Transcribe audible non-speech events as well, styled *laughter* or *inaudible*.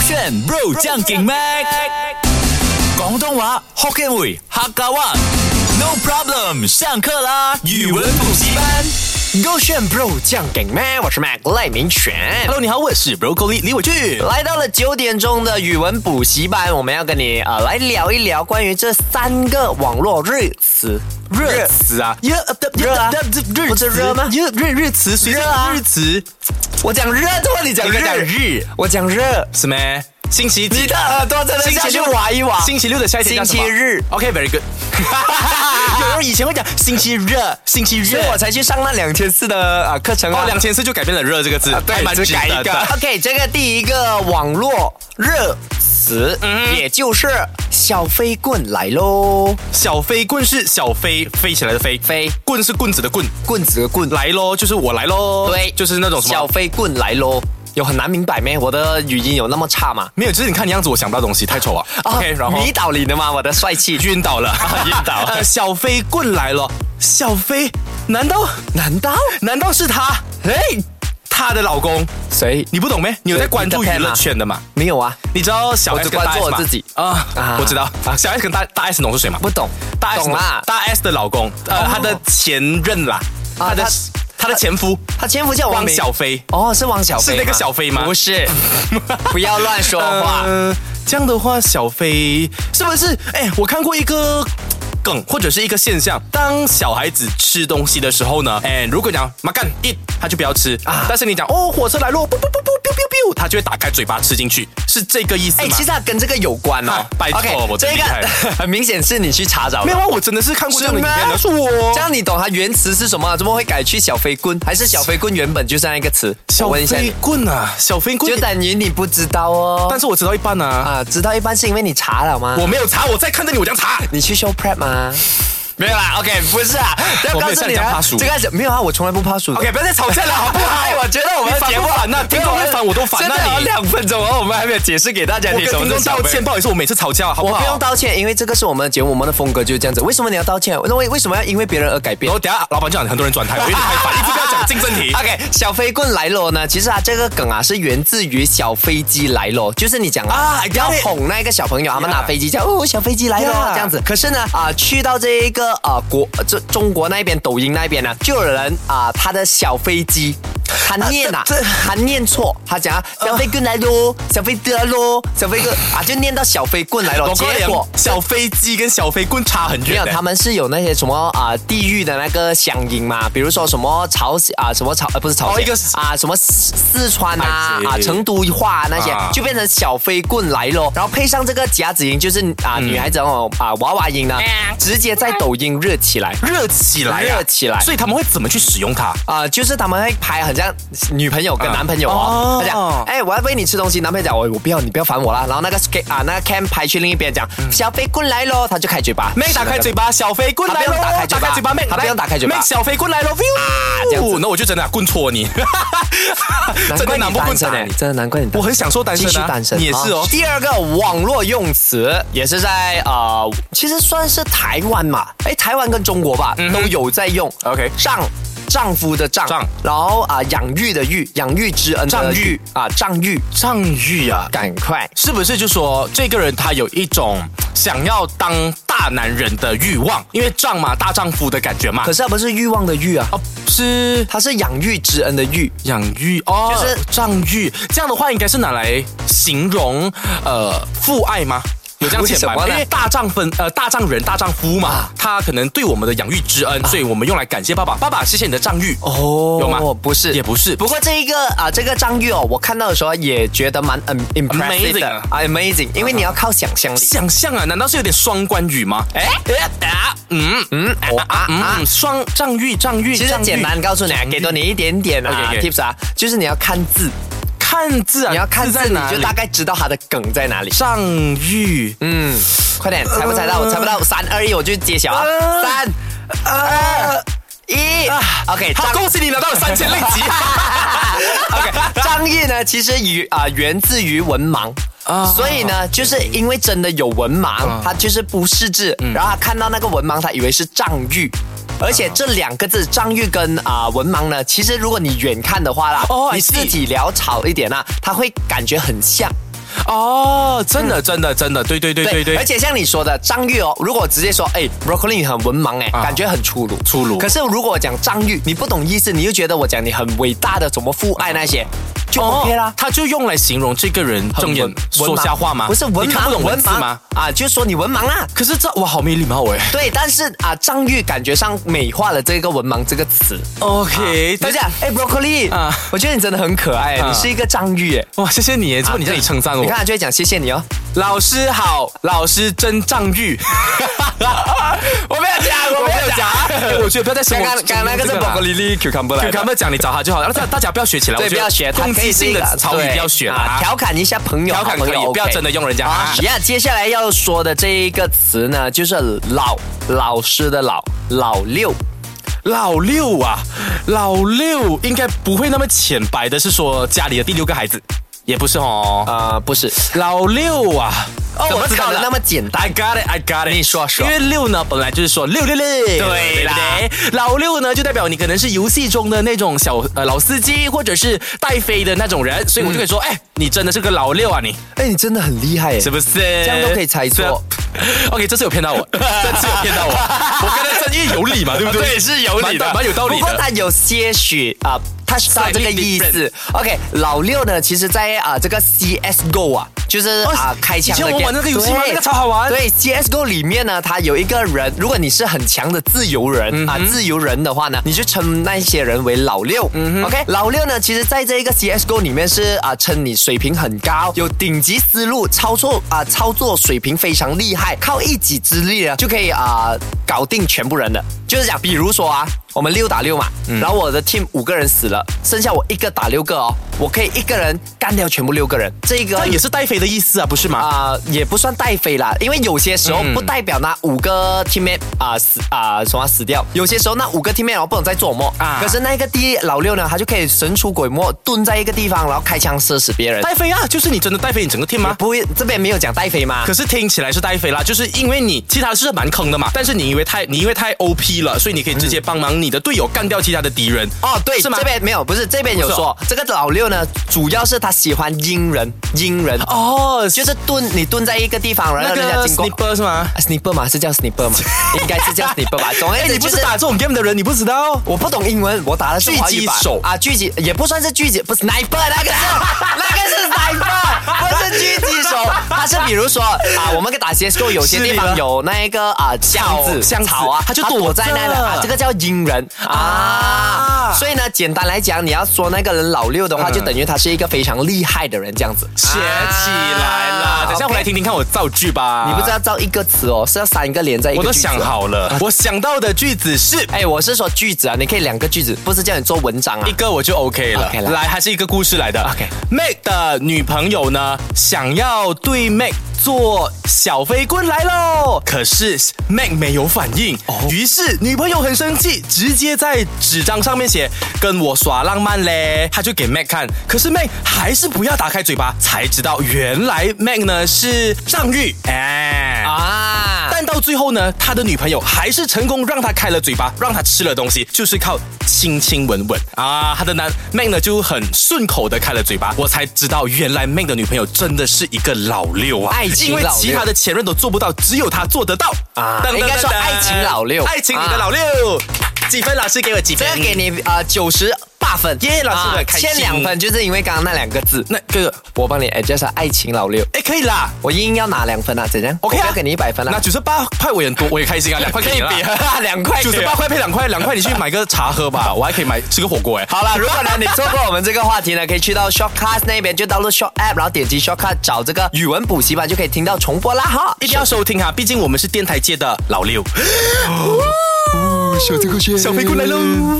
选 Bro 将劲 Mac，广东话 Hokkien 语客家话。No problem，上课啦！语文补习班。勾选 Bro 酱给麦，我是 Mac 赖明全。 Hello，你好，我是 Broccoli 李伟俊。来到了九点钟的语文补习班，我们要跟你呃来聊一聊关于这三个网络热词。热词啊，呃热热啊日不是热吗日日日词，谁热啊日词？我讲热的话，你讲你热在讲日我讲热。是咩？星期几你的耳朵真的星下期去六挖一挖。星期六的下一天叫什么星期日 OK，very good。有 *laughs* 人以前会讲星期热，星期所热以，我才去上那两千四的啊、呃课程啊。哦，两千次就改变了热这个字，还蛮值得的 OK，这个第一个网络热词，嗯也就是小飞棍来喽，小飞棍是小飞飞起来的飞，飞棍是棍子的棍，棍子的棍，来咯，就是我来咯，对就是那种什小么。飞棍来喽。有很难明白咩？我的语音有那么差吗？没有，就是你看你样子，我想不到东西，太丑了。OK，然啊后，迷倒哦你了吗？我的帅气晕倒 *laughs* 了，晕倒 *laughs* 了。呃，小飞棍来了，小飞，难道难道难道是她？哎她的老公？谁你不懂没？你有在对关注你娱的 fan 乐啊圈的吗？没有啊？你知道小我只 S 跟大关注 S 吗我自己啊啊我知道小 S 跟大大 S 懂是谁吗？不懂，大 S 懂啊啦。大 S 的老公，呃，哦她的前任啦，她啊的她她的前夫他前夫叫王汪明小菲。哦，是王小飞是吗，那个小飞吗 *laughs* 不是，不要乱说话。呃这样的话，小飞是不是？哎，我看过一个。梗或者是一个现象，当小孩子吃东西的时候呢，哎，如果你讲马干一，他就不要吃啊但是你讲哦，火车来喽，不不不不，biu biu biu，他就会打开嘴巴吃进去，是这个意思吗？哎，其实它跟这个有关哦啊。拜托 OK，我真这厉害个 *laughs* 很明显是你去查找没有的。啊，我真的是看过这样的影片的，是是我这样你懂它原词是什么啊？怎么会改去小飞棍？还是小飞棍原本就这样一个词？小我问一下你飞，棍啊，小飞棍就，等于你不知道哦但。是我知道一半啊，啊，知道一般是因为你查了吗？我没有查，我在看着你，我这样查，你去 show prep 吗？没有啦，OK，不是啊，我要没告有诉像你你这样啊怕，鼠这个是没有啊，我从来不怕鼠的。 OK，不要再吵架了，好不好？哎，我觉得我们的你烦节目不烦呐听众会烦我都烦啊真呐的有你两分钟哦，我们还没有解释给大家我听跟什么听众是小道飞歉，不好意思，我每次吵架，好不我好？不用道歉，因为这个是我们的节目，我们的风格就是这样子。为什么你要道歉？那为为什么要因为别人而改变然后等一下老板就讲很多人转台，我有点太烦，一直不要 *laughs* 讲竞争题。 ？OK，小飞棍来了呢，其实啊，这个梗啊是源自于小飞机来了，就是你讲啊啊，I，got 要 it 哄那个小朋友，他们 Yeah 拿飞机叫哦，小飞机来 Yeah 了这样子。可是呢，啊，去到这一个啊国这中国那边抖音那边呢，就有人啊他的小飞机。他念啊，他念错，他讲啊小飞棍来喽，小飞得喽，小飞棍啊，就念到小飞棍来了。我结果小飞机跟小飞棍差很没远有，呢。他们是有那些什么啊、地域的那个乡音嘛，比如说什么朝鲜啊、什么朝呃不是朝鲜、哦一个啊什么四四川啊哎是啊成都话、啊、那些、啊就变成小飞棍来咯，然后配上这个夹子音，就是啊、嗯女孩子那种啊娃娃音呢，直接在抖音热起来。热起来啊，热起来所以他们会怎么去使用它？啊、就是他们会拍很像女朋友跟啊男朋友哦哦，他讲，哎，我要喂你吃东西，男朋友讲，哎我我不要，你不要烦我啦。然后那个 s k 啊，那个 cam 拍去另一边讲，小飞棍来咯，他就开嘴巴，嗯妹打开嘴巴，小飞棍来他不喽！用打开嘴巴妹，他不来用打开嘴巴啊妹啊小飞棍来喽！这样子那我就真的啊棍戳你，*laughs* 难真怪的你拿不棍打单身哎、你。真的难怪你单身我很享受单身继续啊单，身，你也是哦啊。第二个网络用词也是在呃，其实算是台湾嘛，哎，台湾跟中国吧、都有在用。 OK 丈丈夫的丈，嗯丈然后啊、养育的育，养育之恩丈的育育啊，丈育，上玉啊，赶快。是不是就说这个人他有一种想要当大男人的欲望？因为丈嘛，大丈夫的感觉嘛。可是它不是欲望的欲啊，哦，是它是养育之恩的育。养育哦，就是丈育。这样的话应该是拿来形容呃父爱吗？有这样浅白为什么吗？呢啊因为大丈夫呃大丈人大丈夫嘛，他可能对我们的养育之恩，所以我们用来感谢爸爸。爸爸，谢谢你的丈育。哦有吗不是，也不是，不过这一个啊、这个张玉哦，我看到的时候也觉得蛮 im- impressive Amazing 的啊啊，amazing，因为你要靠想象力。想象啊，难道是有点双关语吗？哎啊嗯嗯哦啊啊啊嗯，双丈育丈育，其实丈育简单告诉你啊，给多你一点点啊 OK，OK tips 啊，就是你要看字，看字啊，你要看字字在，哪你里？就大概知道它的梗在哪里。丈育，嗯，快点，猜不猜到？呃猜不到，三二一，我就揭晓啊！呃啊三二一，OK，好，张恭喜你拿到了三千令吉。 *laughs* OK，张译呢，其实与啊、源自于文盲。啊所以呢，就是因为真的有文盲，他就是不识字，嗯然后他看到那个文盲，他以为是藏玉，而啊且这两个字“藏玉”跟啊、文盲呢，其实如果你远看的话啦哦，I 你 see 自己潦草一点啊，他会感觉很像。哦，真的，真的，真的，对对对对对，而且像你说的张玉哦，如果直接说哎，broccoli 你很文盲哎，啊感觉很粗鲁。粗鲁可是如果我讲张玉，你不懂意思，你就觉得我讲你很伟大的，怎么父爱那些，就 OK 啦。哦他就用来形容这个人很睁眼文说文盲瞎话吗？不是文你看盲，不懂文字盲吗？？啊，就说你文盲啦。可是这我好没礼貌哎。对，但是啊，张玉感觉上美化了这个“文盲”这个词。 OK，大大家家，哎，broccoli，啊我觉得你真的很可爱，啊你是一个张玉，哎，哇，谢谢你耶，这么你这里称赞我你。看他就会讲谢谢你哦。老师好，老师真仗 *laughs* 义。我没有讲，我我没没有有讲讲，哎我觉得不要在生 *laughs* 刚活刚刚刚那个是中用这个啦 broccoli cucumber 来给的他。们讲你找他就好了，大大家不要学起来，对，我不觉得要学，攻击性的潮语不要学啊，，啊调侃一下朋友，调侃好可朋友以，不要 OK 真的用人家啊啊。呀，接下来要说的这一个词呢，就是老老师的老老六。老六啊，老六应该不会那么浅白的，是说家里的第六个孩子，也不是哦。啊，不是，老六啊，哦怎么知道我知道了那么简单？I got it, I got it。你说说因为六呢，本来就是说六六六，对啦对不对老六呢，就代表你可能是游戏中的那种小呃老司机，或者是带飞的那种人，所以我就可以嗯说，哎、你真的是个老六啊，你哎，你真的很厉害耶是不是？这这样都可以猜错。 *laughs* OK，这次有骗到我，这次有骗到我，我跟他正义有理嘛，对不对？啊 *laughs* 对是有理的蛮蛮有道理不过的。它有些许啊，它是到这个意 Slightly 思 different。 OK，老六呢，其实在啊这个 CSGO 啊，就是啊开枪的哦以前我 game 玩那个游戏吗对那个超好玩对，CSGO 里面呢，它有一个人，如果你是很强的自由人啊，自由人的话呢，你就称那些人为老六。OK，老六呢，其实在这一个 CSGO 里面是啊称你水平很高，有顶级思路，操作啊操作水平非常厉害，靠一己之力呢就可以啊搞定全部人的。就是讲，比如说啊，我们六打六嘛，然后我的 team 五个人死了，剩下我一个打六个哦，我可以一个人干掉全部六个人，这个那也是带飞的意思啊，不是吗？啊、也不算带飞啦，因为有些时候嗯不代表那五个 teammate 啊、死啊、什么死掉，有些时候那五个 teammate 然后不能再做梦啊啊。可是那个第一老六呢，他就可以神出鬼没，蹲在一个地方，然后开枪射死别人。带飞啊，就是你真的带飞你整个 team 吗？不会，这边没有讲带飞吗？啊可是听起来是带飞啦，就是因为你其他是蛮坑的嘛，但是你因为太你因为太 OP 了，所以你可以直接帮忙你的队友干掉其他的敌人。哦，对，是吗这边没有，不是这边有不是说哦，这个老六呢，主要是他喜欢阴人，阴人哦，哦，就是蹲你蹲在一个地方，然那后人家个经过。 sniper 是吗？啊 sniper 嘛，是叫 *laughs* sniper 嘛，应该是叫 sniper 吧。总而言哎，之，你就不是啊是打这种 game 的人，你不知道。我不懂英文，我打的是华语版狙击手啊，狙击也不算是狙击，不是 sniper 那个是 *laughs* 那个是 sniper，不是狙击手，它是比如说啊，我们打 CSGO 有些地失礼方了有那一个啊巷子巷子草啊，它就躲在那着个啊，这个叫阴人啊。啊所以呢，简单来讲，你要说那个人老六的话，嗯就等于他是一个非常厉害的人这样子。学起来啊啦，等一下 OK 回来听听看我造句吧。你不知道造一个词哦，是要三个连在一个我都句子想哦。好了，我想到的句子是。哎，我是说句子啊，你可以两个句子，不是叫你做文章啊一。个我就 OK 了 OK 啦来，还是一个故事来的。 OK Mac 的女朋友呢，想要对 Mac 做小飞棍来喽，可是 Mac 没有反应哦于是女朋友很生气，直接在纸张上面写“跟我耍浪漫嘞”，他就给 Mac 看，可是 Mac 还是不要打开嘴巴，才知道原来 Mac 呢是上玉，哎啊，但到最后呢，他的女朋友还是成功让他开了嘴巴，让他吃了东西，就是靠亲亲吻吻啊。他的男 Mac 呢就很顺口的开了嘴巴，我才知道原来 Mac 的女朋友真的是一个老六啊，爱情因为老六其他的前任都做不到，只有他做得到啊啊。噔噔噔噔应该说爱情老六爱情里的老六，几分？老师给我几分这？个给你啊九十八分，耶老师啊我开心欠两分就是因为刚刚那两个字。那个我帮你 adjust 了爱情老六，哎可以啦。我硬要拿两分啊，怎样 OK 啊我不要给你一百分那啊，九十八块我也很多，我也开心啊，两块给 *laughs* 你啦 *laughs* 两块九给十啊八块配两块，两块你去买个茶喝吧，我还可以买吃个火锅哎。好 *laughs* 了，如果呢你错过我们这个话题呢，可以去到 Shortcast 那边，就登录 Short App，然后点击 Shortcast 找这个语文补习班，就可以听到重播啦哈。一定要收听哈，毕竟 *laughs* 我们是电台界的老六。小这个小飞过来喽！